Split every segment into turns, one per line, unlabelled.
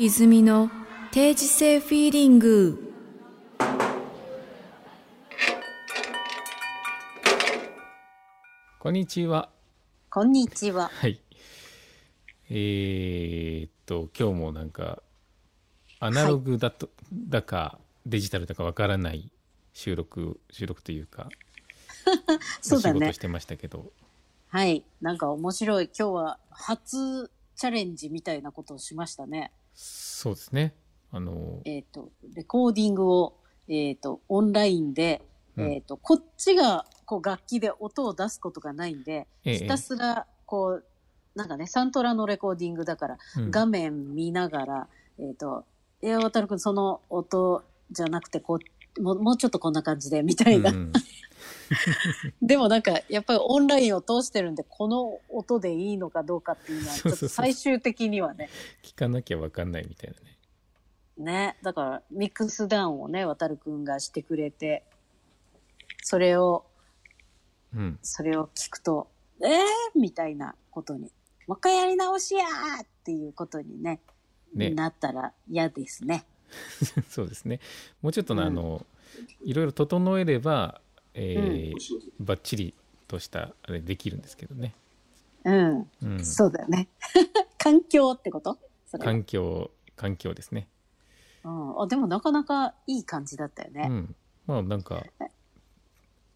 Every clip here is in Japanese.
泉の定時性フィーリング
こんにちは。
こんにちは。
はい。えーっと、今日もなんか、アナログだと、だか、デジタルだかわからない収録、収録というか、
そうだ
お仕事
ね
し。てましたけど、
はい。なんか面白い。今日は初チャレンジみたいなことをしましたね。
そうですね。あの、
えっ、と、レコーディングを、えっ、と、オンラインで、
うん
えっ、と、こっちがこう楽器で音を出すことがないんで、
ええ
ひたすらこう、なんかね、サントラのレコーディングだから、
うん
画面見ながら、えっ、と、えー、渡るくんその音じゃなくて、こう、もうもうちょっとこんな感じで、みたいな
う。ん
でもなんか、やっぱりオンラインを通してるんで、この音でいいのかどうかっていうのは、ち
そう
ょ
そうそう
っと最終的にはね、
聞かなきゃわかんないみたいなね。
ね、だからミックスダウンをね、渡るくんがしてくれて、それを、
うん。
それを聞くと、えーみたいなことに、もう一回やり直しやーっていうことにね、
ね
なったら嫌ですね。
そうですね。もうちょっとの、
うん
あの、いろいろ整えれば、えーばっちりとした、あれできるんですけどね。
うん、
うん。
そうだよね。 環境ってことそれ、
環境、環境ですね。
うん、あでもなかなかいい感じだったよね。
うん、まあなんか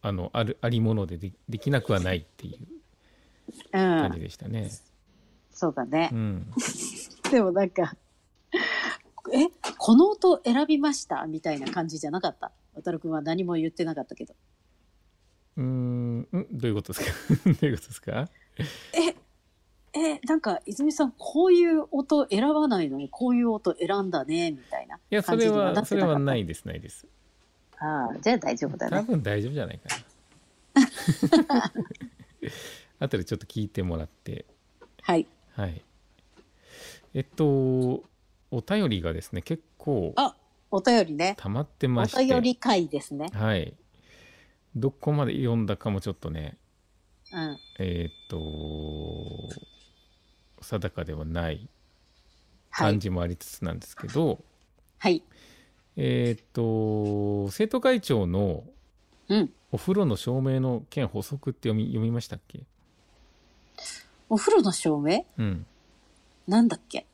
あのあるありものででできなくはないっていう
うん、
感じでしたね。
そうだね
う。ん、
でもなんか、 え、この音選びましたみたいな感じじゃなかった。渡るくんは何も言ってなかったけど。
うーんんどういうことですか どういうことですか
え、なんか、泉さん、こういう音選ばないのに、こういう音選んだね、みたいない
やそ
感じ
れ
にはな
は
っ
そ
て
れ
なか
は
った。
ないですないです。
ああ、じゃあ大丈夫だ
多
ね。
分大丈夫じゃないかな。 後でちょっと聞いてもらって
はい。
はい。えっとお便りがですね結構
あお便りね。
溜まって
お
まして
便り会ですね。
はいどこまで読んだかもちょっとね
うん。
えーっと定かではない
は
感
い。
じもありつつなんですけど、
はい。
えーっと生徒会長の
うん。
お風呂の照明の件補足って読み読みましたっけ、
お風呂の照明
うん、
なんだっけ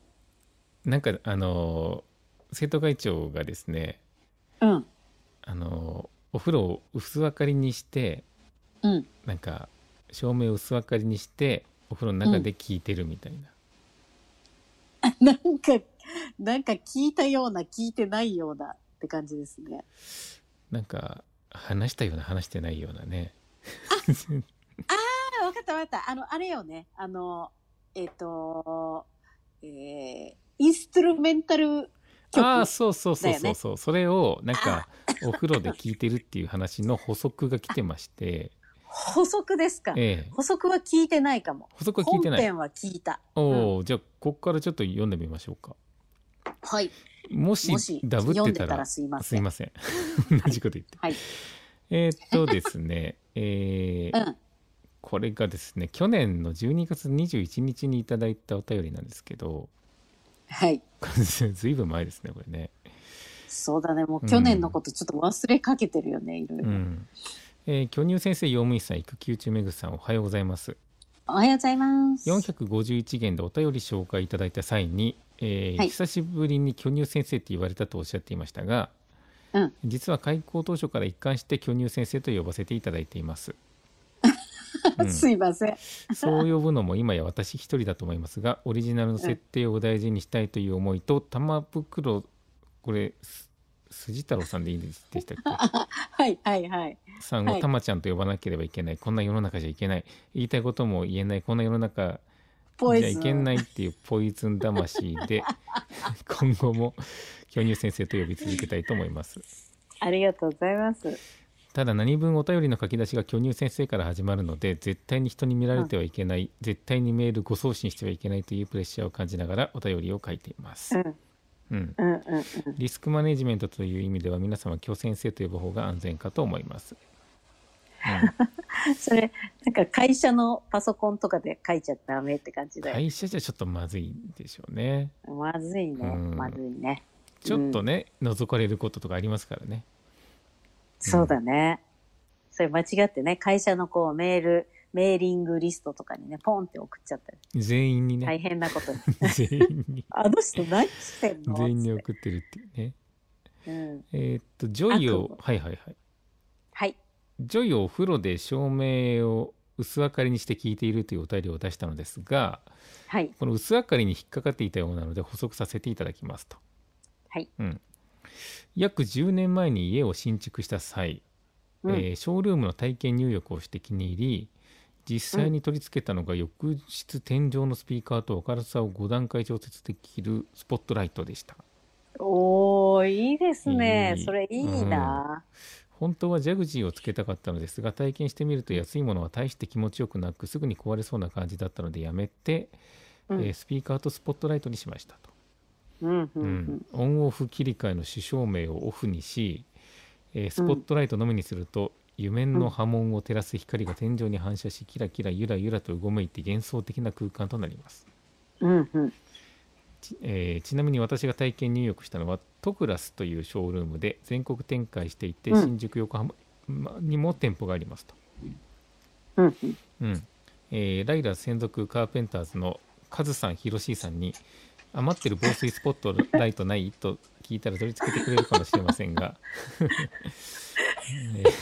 なんかあの生徒会長がですね
うん。
あのお風呂を薄明かりにして
うん。
なんか照明を薄明かりにしてお風呂の中で聞いてるみたいな、
なんか、なんか聞いたような、聞いてないようなって感じですね。
なんか話したような話してないようなね
わかったわかった。あの、あれよね。あの、えっ、と、えー、インストゥルメンタル曲。
ああそうそうそう
だ
そう
よ
そう、それをなんかお風呂で聞いてるっていう話の補足が来てまして、
補足ですか。
ええ、
補足は聞いてないかも。
補足は聞いて
本
ない
編は聞いた。
おお、じゃあここからちょっと読んでみましょうか
はい。
もし
もし、
ダブっ
読
て
んで
た
た
ら
らすいませ
す
ん。
いません 同じこと言って、
はい
えーっとですねえー
うん。
これがですね去年の12月21日にいただいたお便りなんですけど
はい。
これずいぶん前ですねこれね
そうだね。もう去年のことちょっと忘れかけてるよね、いろいうろ。
ん、えー巨乳先生用務員さん育休中めぐさんおはようございます
おはようございます。
451件でお便り紹介いただいた際に、えー
はい
久しぶりに巨乳先生って言われたとおっしゃっていましたが、
うん
実は開校当初から一貫して巨乳先生と呼ばせていただいてい ます、うん
すいません。
そう呼ぶのも今や私一人だと思いますがオリジナルの設定を大事にしたいという思いと玉袋これす筋太郎さんでいいんでしたっけ
はい、はい、はい。
さん
は
を
い
たまちゃんと呼ばなければいけない、こんな世の中じゃいけない言いたいことも言えないこんな世の中
ポ
じゃ
イ
い
ズン。
けないっていうポイズン魂 で今後も巨乳先生と呼び続けたいと思います
ありがとうございます。
ただ何分お便りの書き出しが巨乳先生から始まるので絶対に人に見られてはいけない、絶対にメールご送信してはいけないというプレッシャーを感じながらお便りを書いていま
う
す、
ん、
うん、
うん、うん、うん。
リスクマネジメントという意味では皆様巨先生と呼ぶ方が安全かと思います、うん
それ、なんか会社のパソコンとかで書いちゃダメって感 じだよ。
会社じゃちょっとまずいでしょうね
まずいね、
うん
まずいね。
ちょっとね、覗かれることとかありますからね
そうだね。それ間違ってね、会社のこうメール、メーリングリストとかにね、ポンって送っちゃったり
全員にね、
大変なことに。
全員に
あの人何してんの
全員に
つっ
送ってるっていうね
てうん。
えーっとジョイをはいはいはい
はい。
ジョイをお風呂で照明を薄明かりにして聞いているというお便りを出したのですが
はい。
この薄明かりに引っかかっていたようなので補足させていただきますと、
はい
うん、約10年前に家を新築した際、
うん
えーショールームの体験入浴をして気に入り実際に取り付けたのが浴室天井のスピーカーと明るさを5段階調節できるスポットライトでした
おー、いいですね。
いい
それいいな、
本当はジャグジーをつけたかったのですが体験してみると安いものは大して気持ちよくなくすぐに壊れそうな感じだったのでやめて、
うん
えースピーカーとスポットライトにしましたと、
うん。うん、う
うんん、オンオフ切り替えの主照明をオフにし、えースポットライトのみにすると、湯面の波紋を照らす光が天井に反射しキラキラゆらゆらとうごめいて幻想的な空間となります
うん、うん。
ち,、えーちなみに私が体験入浴したのはトクラスというショールームで全国展開していて、
うん
新宿横浜にも店舗がありますと、
うん、うん。
うんえーライラ専属カーペンターズのカズさんヒロシーさんに余ってる防水スポットライトないと聞いたら取り付けてくれるかもしれませんが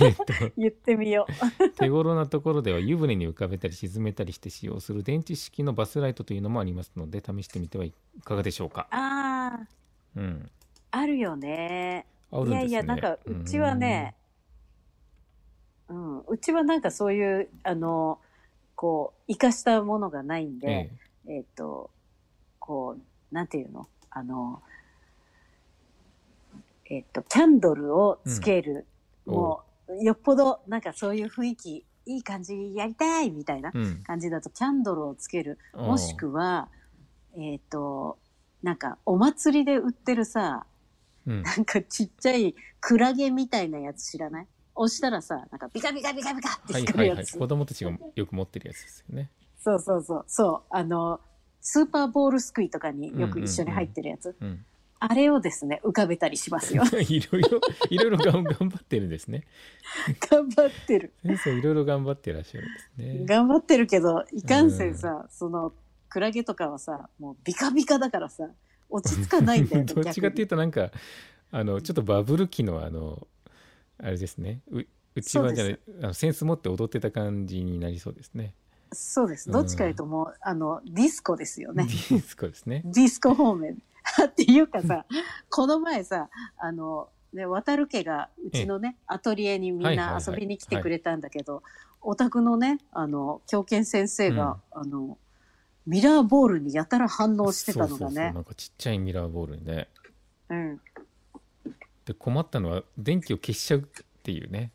えーっと
言ってみよう。
手頃なところでは湯船に浮かべたり沈めたりして使用する電池式のバスライトというのもありますので試してみてはいかがでしょうか。
あー、
うん、
あるよね。
あるんです
いや
ね
いや、なんか、うちはね、うん、うちはなんかそういう、あの、こう、生かしたものがないん
うん
で、
ええ
えっ、と、こう、なんていうのあの、えっ、と、キャンドルをつける。
うん
もう、よっぽど、なんかそういう雰囲気、いい感じやりたいみたいな
うん
感じだと、キャンドルをつける。
あー
もしくは、えっ、と、なんか、お祭りで売ってるさ、
うん
なんかちっちゃいクラゲみたいなやつ知らない押したらさ、なんかビカビカビカビカって
はいは
光
い
る
は
や
い
つ。
子供たちがよく持ってるやつですよね。
そうそうそう。そう。あの、スーパーボールすくいとかによく一緒に入ってるやつ。
うん、
あれをですね、浮かべたりしますよ。
いろいろいろいろ頑頑張ってるんですね。
頑張ってる。
先生いろいろ頑張ってらっしゃるんですね。
頑張ってるけど、いかんせんさ、その、クラゲとかはさ、もうビカビカだからさ、落ち着かないんだよね。
どっちかってい
逆
うとなんかあのちょっとバブル期のあのあれですねううちはじゃないあのセンス持って踊ってた感じになりそうですね。
にそうです。どっちかいうともう、あの、ディスコですよ
デ
ね。
ィスコですね。
ディスコ方面。っていうかさ、この前さ、あの、ね、渡る家がうちのね、アトリエにみん
はいはい
な
はい
遊びに来てくれたんだけど、お宅のね、あの、狂犬先生が、あの、ミラーボールにやたら反応してたの
そうそ
が
うそう
ね
な、んかちっちゃいミラーボールにね。
うん。
で困ったのは電気を消しちゃうっていう ね。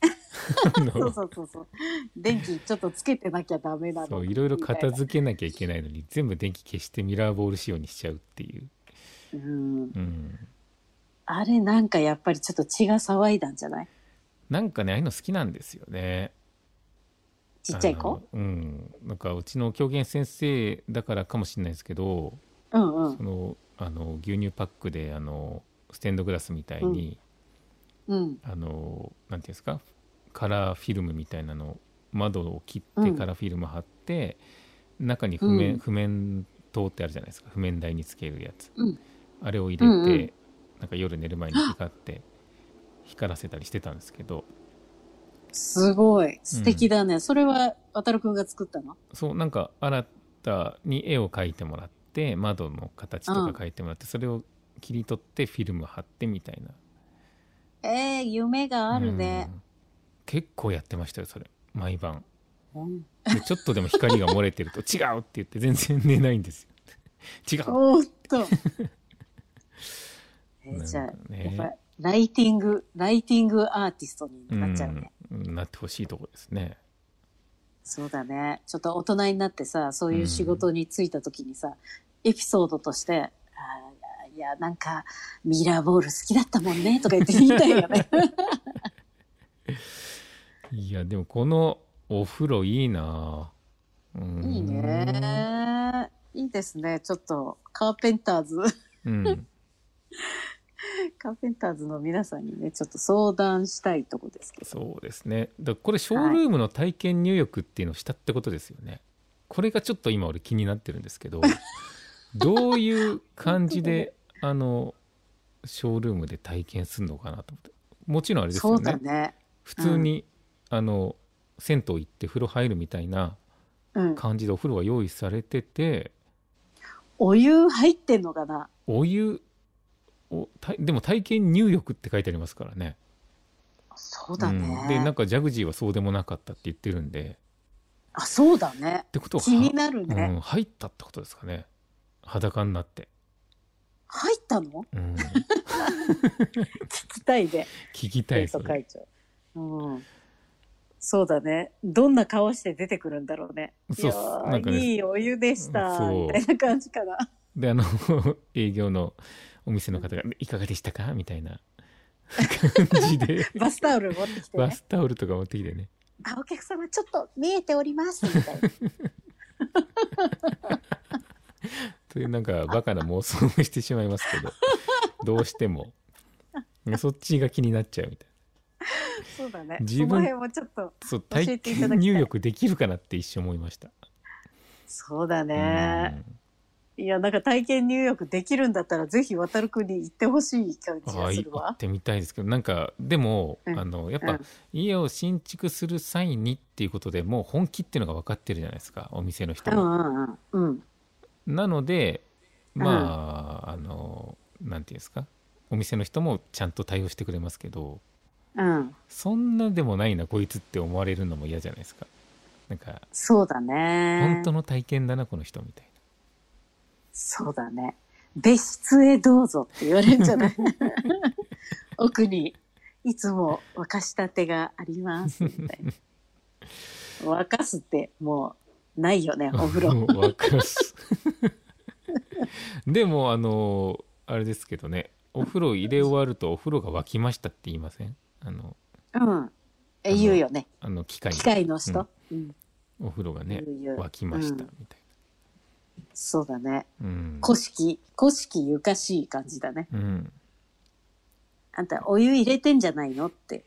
そうそうそうそう。電気ちょっとつけてなきゃダメなの。
そういろいろ片
け。
付けなきゃいけないのに全部電気消してミラーボール仕様にしちゃうっていう、
うん。
うん、
あれなんかやっぱりちょっと血が騒いだんじゃない
なんかねああいうの好きなんですよね
ちっちゃい子
あのうんなんかうちの狂言先生だからかもしれないですけど
うんうん
そ。のあの牛乳パックであのステンドグラスみたいに、
うん。
あのなんていうんですかカラーフィルムみたいなの窓を切っ
う
て
ん
カラーフィルム貼って、中に譜面、
うん
譜面灯ってあるじゃないですか譜面台につけるやつ、
うん
あれを入れて、
うんうん
なんか夜寝る前に光って光らせたりしてたんですけど
すごい。素敵だね。それは、渡るくんが作ったの
そうなんか新たに絵を描いてもらって窓の形とか描いてもらって、それを切り取ってフィルム貼ってみたいな
ええ夢があるね
う。ん結構やってましたよそれ毎晩。
うん
でちょっとでも光が漏れてると 違うって言って全然寝ないんですよ 違う
おーっと。えーじゃ
な
あ
ん、かね
やっぱ、ライティング、ライティングアーティストになっちゃうね。
うんなってほしいとこですね
そうだね。ちょっと大人になってさ、そういう仕事に就いた時にさ、エピソードとして、あーいや、なんか、ミラーボール好きだったもんね、とか言って言いたいよね。
いやでもこのお風呂いいなぁうーん
いいね。いいですね。ちょっと、カーペンターズ、
うん
カーペンターズの皆さんにね、ちょっと相談したいとこですけど。
そうですねだこれショールームの体験入浴っていうのをしたってことですよね、これがちょっと今俺気になってるんですけ どどういう感じであのショールームで体験するのかなと思ってもちろんあれです
そ
よ
うだ
ね
ね。
普通に、あの銭湯行って風呂入るみたいな
うん。
感じでお風呂が用意されてて
お湯入ってんのかな
お湯をたでも体験入浴って書いてありますからね
そうだ
うんでな
ね
ん。かジャグジーはそうでもなかったって言ってるんで
あ、そうだね
っ。てことは
気になる
う
ね。
ん、入ったってことですかね裸になって、
入ったの
うん
聞きたいで。
聞きたいで
生
す
徒
ね
会長。うん。そうだね。どんな顔して出てくるんだろうね。い
そう
や
っす
ー
なんかね
いいお湯でした。
そう
みたいな感じ かな。
であの営業のお店の方が「いかがでしたか?」みたいな感じで
バスタオル持ってきて、
バ
ね。
スタオルとか持ってきてね
あ、お客様、ちょっと見えております。みたいな。
というなんかバカな妄想をしてしまいますけどどうしてもそっちが気になっちゃうみたい
そうだね。
自
そ
分
の辺もちょっと。
なそう
教え
体
ていただきた
験
い
入浴できるかなって一瞬思いました、
そうだね。
うん
いや、なんか体験入浴できるんだったら、ぜひ渡るくんに行ってほしい感じが
は
す
い、
る
行っ
わ。
てみたいですけどなんかでも、
うん
あのやっ
う
ぱ
ん
家を新築する際にっていうことでもう本気っていうのが分かってるじゃないですかお店の人
うん
も。
うんうん。うん。
なのでまあ、あのなんていうんですかお店の人もちゃんと対応してくれますけど
うん。
そんなでもないなこいつって思われるのも嫌じゃないですか。なんか
そうだね。
本当の体験だなこの人みたい
そうだね。別室へどうぞって言われるんじゃない 奥に、いつも沸かしたてがあります、みたいな。沸かすって、もう、ないよね、
な。
お風 呂。
わかるっすでもあのあれですけどねお風呂入れ終わるとお風呂が沸きましたって言いませんあの
うん。え
あの
言うよね。
あの機械
機械の人。うん。
お風呂がね
言う言う
沸きましたみた
う
い
んそうだね。
な。うん
古式、古式ゆかしい感じだね。
うん、
あんた、お湯入れてんじゃないのって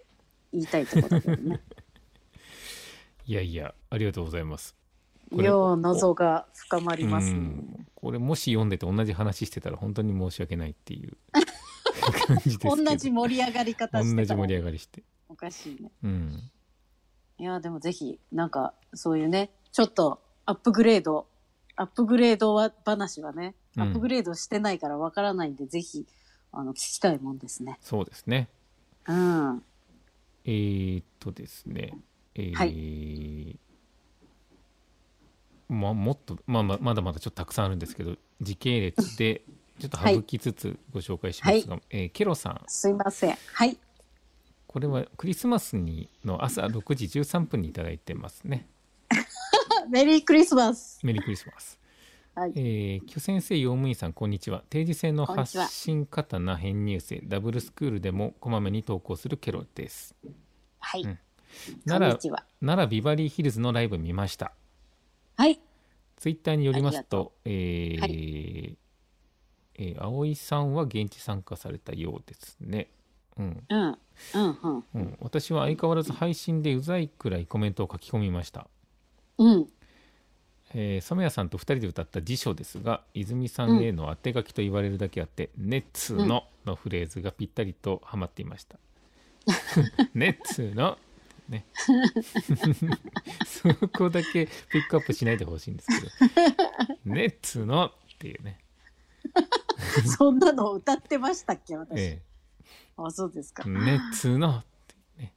言いたいとこだけどね。
いやいやありがとうございます。これ
よう謎が深まりますね。
うんこれもし読んでて同じ話してたら本当に申し訳ないって いう感じですけど
同じ盛り上がり方してた
同
ら
じ盛り上がりして。
おかしいね。
うん、
いや、でもぜひ、なんか、そういうね、ちょっとアップグレード、アップグレードは話はね、
うん
アップグレードしてないからわからないんで、ぜひ、あの、聞きたいもんですね。
そうですね。
うん。
えー、っとですね。えー
は
まもっと、まあ、まあまだまだちょっとたくさんあるんですけど時系列でちょっと省きつつご紹介しますが、えーケロさん
すいません。はい。
これはクリスマスにの朝6時13分にいただいてますね。
あメリークリスマス。
メリークリスマス。
はい
えー、巨先生、用務員さん、こんにちは。定時制の
こんにちは
発信方な編入生、ダブルスクールでもこまめに投稿するケロです。
はい。
うん
こ
なんら
にちは。
奈良ビバリーヒルズのライブ見ました。
はい。
ツイッターによります
ありが
と、えー
は
えー葵さんは現地参加されたようですね。うん
うん。うん、うん。
うん、私は相変わらず配信でうざいくらいコメントを書き込みました。
うん。
えー染谷さんと2人で歌った辞書ですが泉さんへの当て書きと言われるだけあって「ネッツーの」のフレーズがぴったりとはまっていま した。ネッツーのね、 そこだけピックアップしないでほしいんです けど「ネッツーの」っていうね、
そんなの歌ってましたっけ、私。
え
あ、そうですか
ー。ネッツーの」っていうね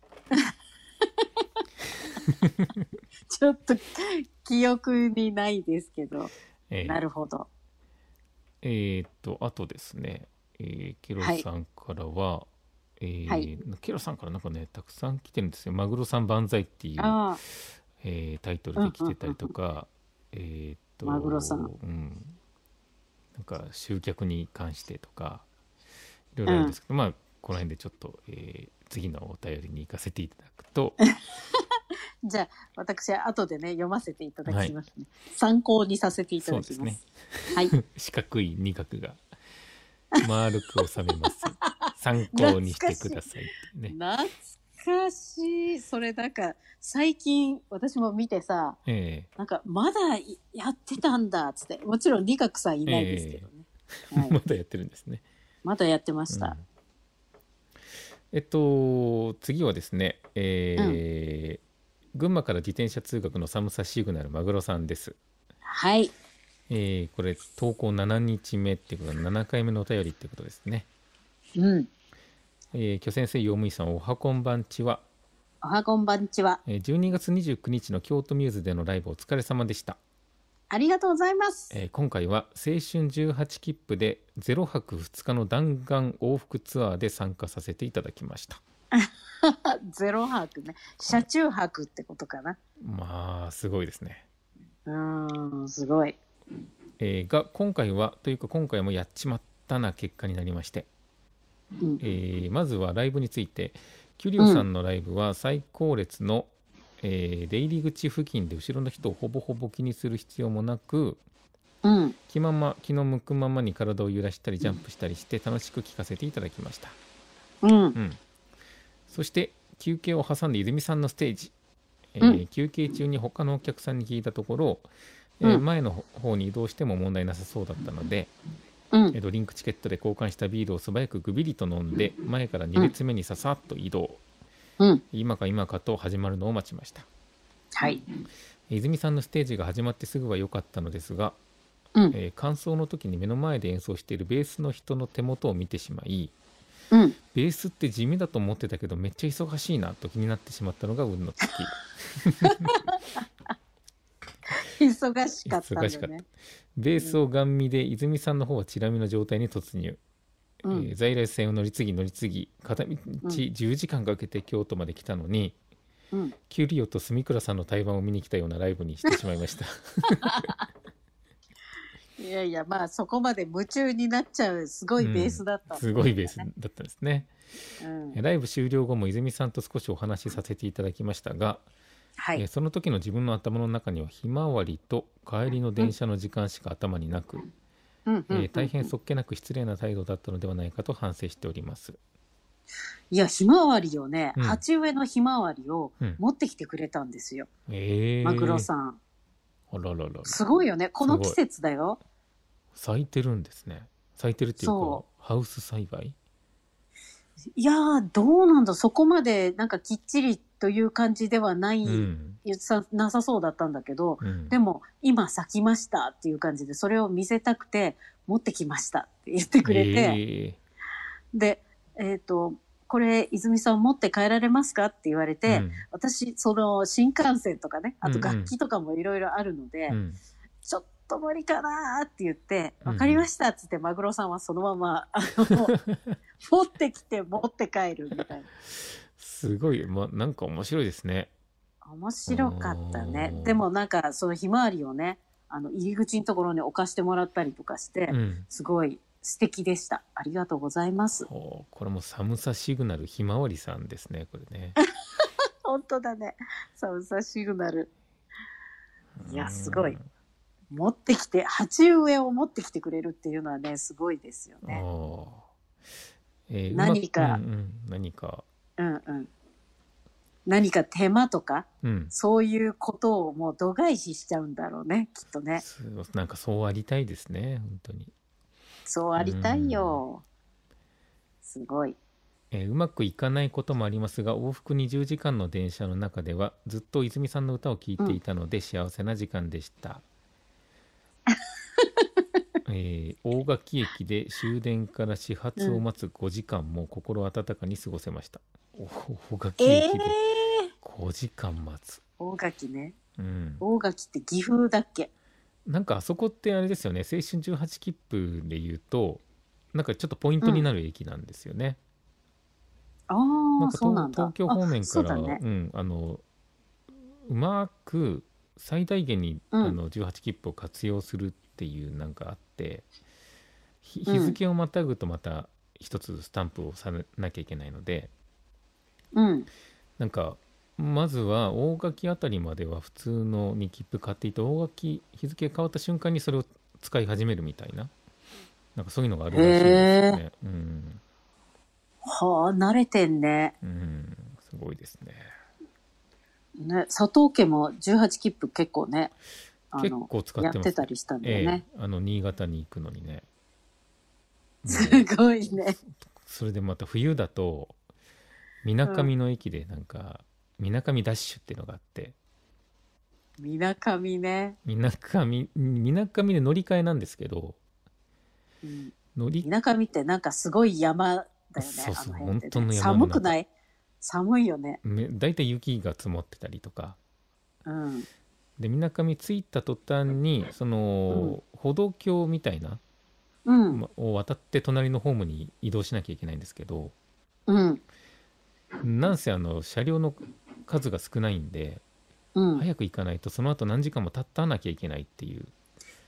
ちょっと、記憶にないですけど。
えー
なるほど。
えーっとあとですね、えーケロさんからは、えー
はい
ケロさんからなんかねたくさん来てるんですよ「マグロさん万歳」っていう、
あ
えータイトルで来てたりとか、えーっと
マグロさん
うん、なんか集客に関してとかいろいろあるんですけど、まあこの辺でちょっと、えー次のお便りに行かせていただくと、
あ、じゃあ、私、後でね、読ませていただきますね。参考にさせていただきます。
そうです
はい。
四角い二角が丸く収め ます。参考にしてくださいってね。
懐かしい。それ、なんか、最近、私も見てさ、
え
なんか、まだいやってたんだ、つって。もちろん、理学さんいないですけどね。
え
は い
まだやってるんですね。
まだやってまし
う
た。
んえっと次はですね、えー群馬から自転車通学の寒さシグナルマグロさんです。
はい。
えーこれ投稿7日目ってことは7回目のお便りってことですね。
うん。
えー、巨先生、用務員さん、おはこんばんちは、
おはこんばんちは。
えー12月29日の京都ミューズでのライブお疲れ様でした。
ありがとうございます。
えー今回は青春18切符で0泊2日の弾丸往復ツアーで参加させていただきました。
ゼロ泊ね。車中泊ってことかな。
まあ、すごいですね。
うーん、すごい。
えーが、今回は、というか今回もやっちまったな結果になりまして、
うん。
えーまずはライブについてキュリオさんのライブは最高列の、えー出入り口付近で後ろの人をほぼほぼ気にする必要もなく
うん。
気まま気の向くままに体を揺らしたりジャンプしたりして楽しく聴かせていただきました、
うん
う。ん、そして休憩を挟んで泉さんのステージ、え
う
ー休憩中に他のお客さんに聞いたところ、えー
うん
前の方に移動しても問題なさそうだったので、
うん
え。ドリンクチケットで交換したビールを素早くぐびりと飲んで前から2列目にささっと移動、
うん。
今か今かと始まるのを待ちました
はい。
泉さんのステージが始まってすぐは良かったのですが、
うん。
えー間奏の時に目の前で演奏しているベースの人の手元を見てしまい
うん。
ベースって地味だと思ってたけどめっちゃ忙しいなと気になってしまったのが運の月
忙しかったんだ
忙しかっ
ね。
ベースをガン見で泉さんの方はチラ見の状態に突入え
う
ー
ん。
在来線を乗り継ぎ乗り継ぎ片道10時間かけて京都まで来たのに、
うん。
キュリオと住倉さんの対話を見に来たようなライブにしてしまいました
いやいや、まあそこまで夢中になっちゃうすごいベースだった、
すごいベースだったんですね
うん。
ライブ終了後も泉さんと少しお話しさせていただきましたが、
は
えー
い。
その時の自分の頭の中にはひまわりと帰りの電車の時間しか頭になく、
うんうんう
え
ん
ー大変そっけなく失礼な態度だったのではないかと反省しております、
いや、ひまわりをね、
うん
鉢植えのひまわりを
うん、
持ってきてくれたんですよ。
えー、
マグロさん。
あらららら
すごいよね。この季節だよ。
咲いてるんですね咲いてるっていうか
そ
ハウス栽培
いやー、どうなんだ。そこまでなんかきっちりという感じではない、
うん、
さなさそうだったんだけど、
うん、
でも今咲きましたっていう感じでそれを見せたくて持ってきましたって言ってくれて、
え
で、えっとこれ泉さん持って帰られますかって言われ
ー
て、私その新幹線とかねあと楽器とかもいろいろあるので、
うんうん
ちょっと無理かなーって言って
う
「
んうん
わかりました」っつってマグロさんはそのままあの 持ってきて持って帰るみたいな。
すごい、ま、なんか面白いですね。
面白かったね
おー
でもなんかそのひまわりをねあの入り口のところに置かしてもらったりとかして、
うん、
すごい素敵でした。ありがとうございます。
おーこれも寒さシグナルひまわりさんですね、これね。
本当だね。サウサシグナル。 いやすごい
うん。
持ってきて、鉢植えを持ってきてくれるっていうのはね、すごいですよね。
おーえーうま
何か
うんうん、何か、
うんうん。何か手間とか、
うん、
そういうことをもう度外視しちゃうんだろうね、きっとね。
すなんかそうありたいですね、本当に。
そうありたいよ。すごい。
えーうまくいかないこともありますが往復20時間の電車の中ではずっと泉さんの歌を聴いていたので幸せな時間で した、えー大垣駅で終電から始発を待つ5時間も心温かに過ごせました、お大垣
ええー
駅で5時間待つ、
大垣ね。
うん、
大垣って岐阜だっけ
なんかあそこってあれですよね青春18切符で言うとなんかちょっとポイントになる駅なんですよね、
あ
なん
あ、
か
そうなん
東
だ。
東京方面か
あそう
ら
だ
う,、
ね。
ん、あのうまく最大限に、
うん
あの18切符を活用するっていうなんかあってひ
う
日
ん
付をまたぐとまた一つスタンプを押さなきゃいけないので、
うん。
なんかまずは大垣あたりまでは普通のに切符買っていて大垣日付が変わった瞬間にそれを使い始めるみたいななんかそういうのがあるらしいですね。うん
はあ、慣れてんね。
うんすごいですね。
ね、佐藤家も18切符結構ね、あ
結
の、
構使
や
っ
って
ます
てたりしたんだよね。
ええあの新潟に行くのにね。もう
すごいね。
それでまた冬だとみなかみの駅でなんかみなかみダッシュっていうのがあって
みなかみね。
みなかみみなかみで乗り換えなんですけど
うん
乗り
みなかみってなんかすごい山だよね。
そうそう
あの辺って
本
ね
当の山の
寒
中
くない寒いよね。
め大体雪が積もってたりとか
うん。
でみなかみ着いた途端にその、歩道橋みたいな、
うん。
まを渡って隣のホームに移動しなきゃいけないんですけど
うん。
なんせあの車両の数が少ないんで
うん。
早く行かないとその後何時間も経ったなきゃいけないっていう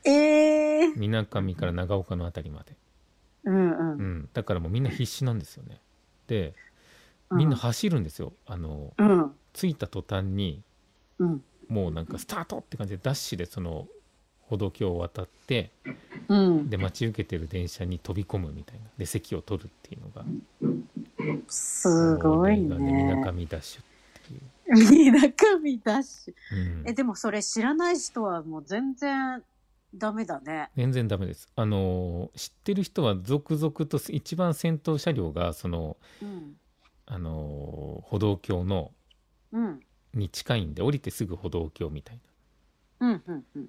ええー。
みなかみから長岡の辺りまで。
うんう。
うんん、だからもうみんな必死なんですよね。でみんな走るんですよ。あの
うん。
着いた途端に
うん。
もうなんかスタートって感じでダッシュでその歩道橋を渡って
うん。
で待ち受けてる電車に飛び込むみたいなで席を取るっていうのが
すごい
これがみなか
ね。
みダッシュっていう。
みなかみだし。
うん
え、でもそれ知らない人はもう全然ダメだね。
全然ダメです。あの知ってる人は続々と一番先頭車両がその
うん。
あの歩道橋の
うん。
に近いんで降りてすぐ歩道橋みたいな。
うん。うん。うん。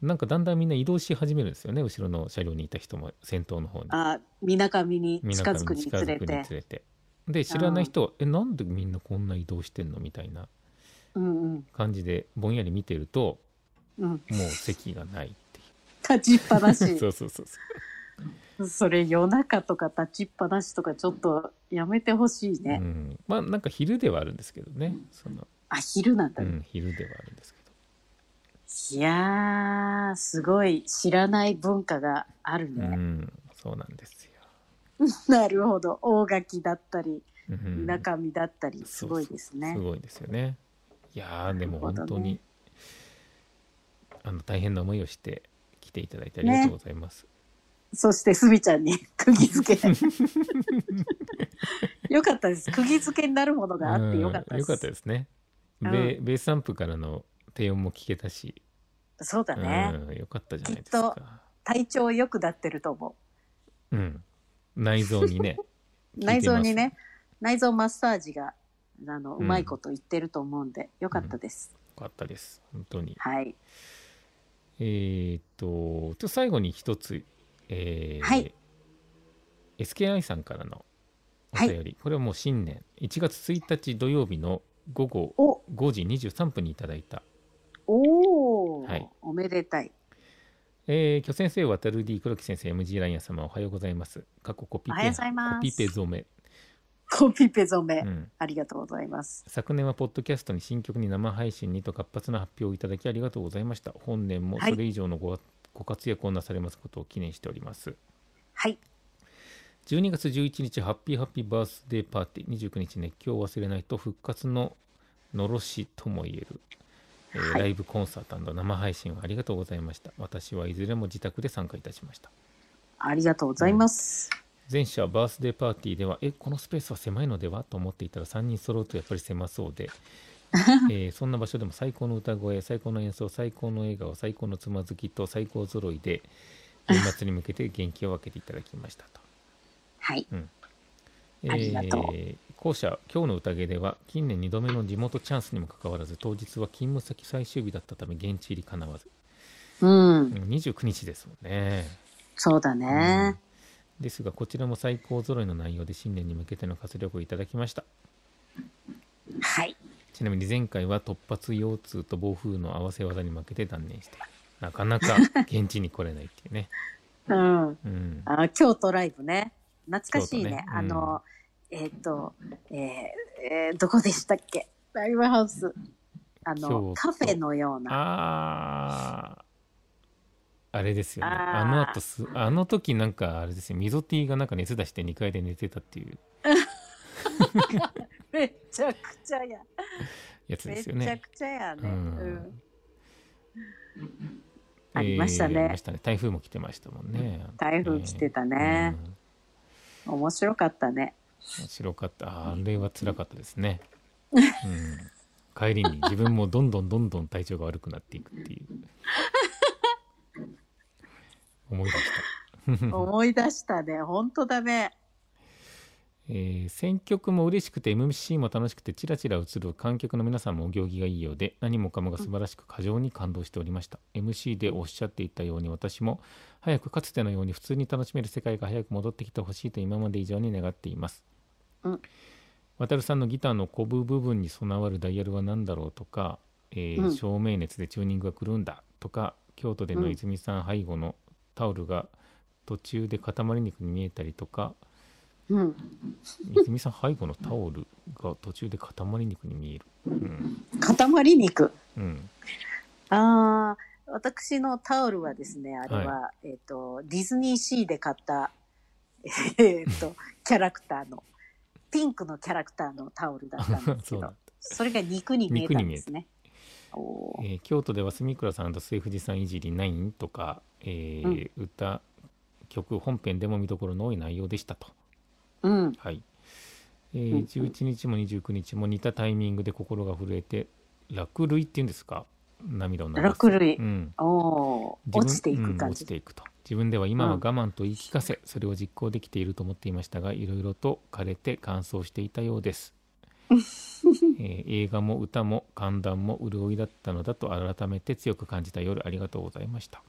なんかだんだんみんな移動し始めるんですよね後ろの車両にいた人も先頭の方に
あ、みなかみに近づくにつれ
みんなが
て
近づくに。つれてで知らない人は「えなんでみんなこんな移動してんの?」みたいな
うんうん。
感じでぼんやり見てると
うん。
もう席がないってい
立ちっぱなし
う。 そうそうそうそ、
それ夜中とか立ちっぱなしとかちょっとやめてほしいうね。
うん、まあなんか昼ではあるんですけどねその、
あ、昼なんだ
う
ね。
ん、昼ではあるんですけど
いやー、すごい知らない文化がある
う
ね。
んそうなんですよ、
なるほど。大垣だったり、
うん、
中身だったり、す
そう
ごいですね
す。ごいですよねいやーでも
なるほどね
本当に、あの大変な思いをして来ていただいてありがとうございます、
そして、すみちゃんに 釘 付け。よかったです。釘付けになるものがあってよかった
うん
で
よ
す。
かったですね。ベベースアンプからの低音も聞けたし、
そうだね。
うん、よかったじゃないですか。
体調良くなってると思。
うん、内臓にね
う。内臓にね、内臓マッサージが、あの、うまいこと言ってると思うんで、よかったです。
効いてます。よかったです。本当に。
はい。
えーっと、ちょっと最後に一つ、えー
はい
SKI さんからのお
はい
便り、これはもう新年1月1日土曜日の午後
お、
5時23分にいただいた
おー、
はい
おめでたい。
えー、巨先生、渡る D、黒木先生、MG ライアン様、おはようございます。過去コピ
おは
ペ、
ようございます
コピペ染
コピペ染め、
め、うん。
ありがとうございます。
昨年はポッドキャストに新曲に生配信にと活発な発表をいただきありがとうございました。本年もそれ以上のご,、ご活躍をなされますことを記念しております。
はい。
12月11日、ハッピーハッピーバースデーパーティー、29日、熱狂を忘れないと復活ののろしともいえる、えー
はい
ライブコンサート生配信をありがとうございました。私はいずれも自宅で参加いたしました。
ありがとうございます。
前者バースデーパーティーではえこのスペースは狭いのではと思っていたら3人揃うとやっぱり狭そう で、えーそんな場所でも最高の歌声最高の演奏最高の笑顔最高のつまずきと最高揃いで年末に向けて元気を分けていただきましたと。
はい。
え
ありがとう
ー後者今日の宴では近年2度目の地元チャンスにもかかわらず当日は勤務先最終日だったため現地入りかなわず
うん。
うん29日ですもんね。
そうだね。
うんですがこちらも最高揃いの内容で新年に向けての活力をいただきました
はい。
ちなみに前回は突発腰痛と暴風雨の合わせ技に負けて断念してなかな か現地に来れないっていうね、
う
う
ん。
ん、
あ、京都ライブね。懐かしい
京
ね。
都ねうん
あの、えっ、と、えーえーどこでしたっけライブハウス。あ
京
の
都、
カフェのような。
あーあれですよね
あー
あのあとすあの時なんかあれですよみぞティがなんか熱出して2階で寝てたっていう
めちゃくちゃや。
やつ
め
です
ち
よ
ゃ
ね。
くちゃやね。
う
うんん。ありましたね
えーありましたね。台風も来てましたもんね。
台風来てた
た
ね。面白かったね。
面白かったあれは辛かったですね、うん、帰りに自分もどんどんどんどん体調が悪くなっていくっていう思い出した
思い出し たね。本当だね。
えー選曲も嬉しくて MC も楽しくてチラチラ映る観客の皆さんもお行儀がいいようで何もかもが素晴らしく過剰に感動しておりました MC でおっしゃっていたように私も早くかつてのように普通に楽しめる世界が早く戻ってきてほしいと今まで以上に願っています、
うん
渡るさんのギターのコブ部分に備わるダイヤルは何だろうとか、えー
うん
照明熱でチューニングが狂うんだとか京都での
うん
泉さん背後のタオルが途中で塊肉に見えたりとか、
うん。
泉さん背後のタオルが途中で塊肉に見える。うん。
塊肉。
うん。
ああ、私のタオルはですね、あれは、えっ、と、ディズニーシーで買った、 えっ、と、キャラクターの、ピンクのキャラクターのタオルだったん ですけ
そうなん
ど
だ、
それが肉に見えたんですね。お
え
ー
ー京都では住倉さんと末藤さんいじり9とか、えー歌、曲、本編でも見どころの多い内容でしたと。
うん、
はい。え
うんう
ー、
ん
11日も29日も似たタイミングで心が震えて、落雷っていうんですか涙を流す。
落雷
うん。
おー落ちてい
自
く
分うん
感
落ち
じ。
ていくと自分では今は我慢と言い聞かせ、それを実行できていると思っていましたがいろいろと枯れて乾燥していたよう です、えー映画も歌も寒暖も潤いだったのだと改めて強く感じた夜ありがとうございました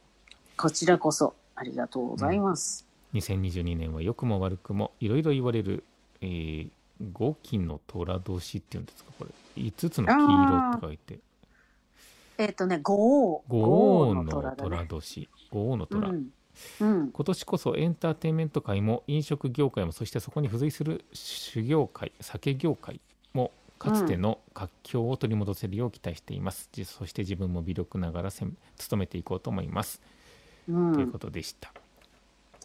こちらこそ、ありがとうございます。
2022年は良くも悪くもいろいろ言われる、えー、5期の虎年っていうんですかこれ5つの黄色って書いて
えっ、とね、五王。
五
五
王
王
の
の虎だ
虎
ね。
年五王の
う
虎、
ん。うん。
今年こそエンターテインメント界も飲食業界もそしてそこに付随する酒業界酒業界もかつての活況を取り戻せるよう期待しています、じそして自分も微力ながらせん努めていこうと思います、と
う
いうんこ。とでした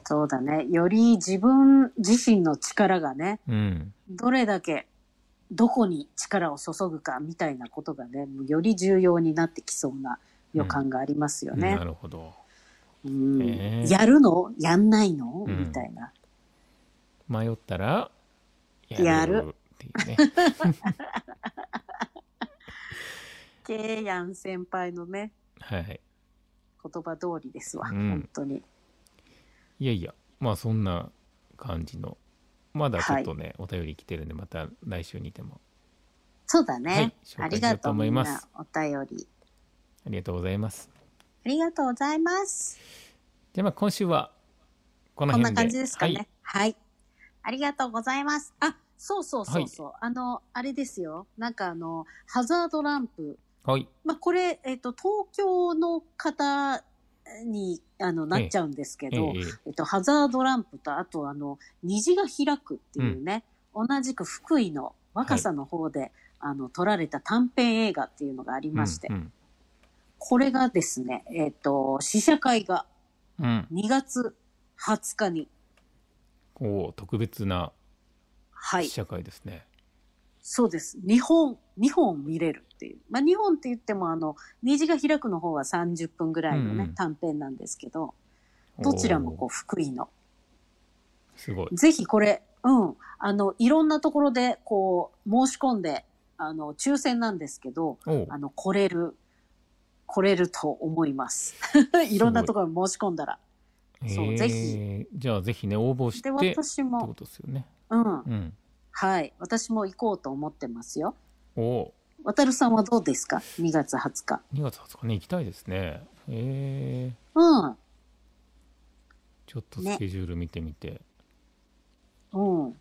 そうだね。より自分自身の力がね、
うん
どれだけどこに力を注ぐかみたいなことがねもうより重要になってきそうな予感がありますよね
な。るほど
うん
ね
やるのやんないの、
うん
みたいな。
迷ったら
やる
っていうね
ケイヤン先輩のね
はい
言葉通りですわ、
うん
本当に。
いやいやまあそんな感じのまだちょっとね、お便り来てるんでまた来週にでも
そうだね。
はい
あ
紹介
りがとう
しようと思い
みん
ま
な
す
お便り。
ありがとうございます
ありがとうございます。
じゃあまあ今週はこの
こんな
辺で
感じですか
はい
ね。、はい。ありがとうございます。あ、そうそうそうそう。あの、あれですよ。なんかあの、ハザードランプ。
はい
まあ、これ、えっと、東京の方にあのなっちゃうんですけど、え
えええ
っと、ハザードランプとあとあの虹が開くっていうね、同じく福井の若さの方で、あの撮られた短編映画っていうのがあり
え
まして、
うんうん
これがですね、えっと試写会が
うん
2月20日に、
こう特別な
はい
試、写会ですね、
そうです。日本、日本見れるっていう。まあ、日本って言っても、あの、虹が開くの方は30分ぐらいのね、
うんうん
短編なんですけど、どちらもこ
お
う、福井の。
ーすごい
ぜひこれ、うん、あの、いろんなところで、こう、申し込んで、あの、抽選なんですけど、
おー
あの、来れる、来れると思います。いろんなところに申し込んだら。そう
えー
ぜひ
じゃあぜひね応募して
で、
ってこ
私も、
とですよね
うん、
うん
はい、私も行こうと思ってますよ。
おお
渡るさんはどうですか ?2 月20日。
2月20日ね行きたいですねえー、
うん。
ちょっとスケジュール見てみて、
うん。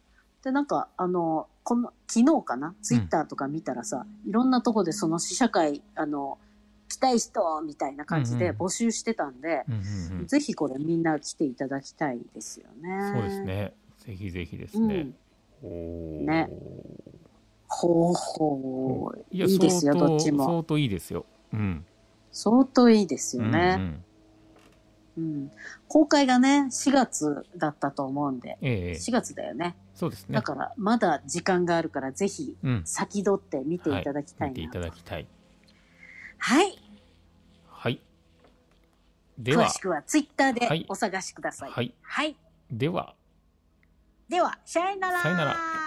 で、なんか、あの、この、昨日かなツイッターとか見たらさ、いろんなとこでその試写会、あの、来たい人みたいな感じ
うん
で
うん
募集してたんで、
うんうんうん
ぜひこれみんな来ていただきたいですよね。
そうです。ねぜひぜひです
う
ね
ん、。
おおー
ねほうほう。
いや
いいですよ
相当
どっちも
相当いいですようん
相当いいですよね。
うん
うん、公開がね4月だったと思うんで
ええ
4月だよね
そうですね
だ。からまだ時間があるからぜひ
うん。
先取って見ていただきたい
見てい
な
た
と
だきたい。
はい、
はい。で
詳
は
し、くはツイッターで
はい
お探しください。
はい。
はい、
では、
では、さよなら
さよなら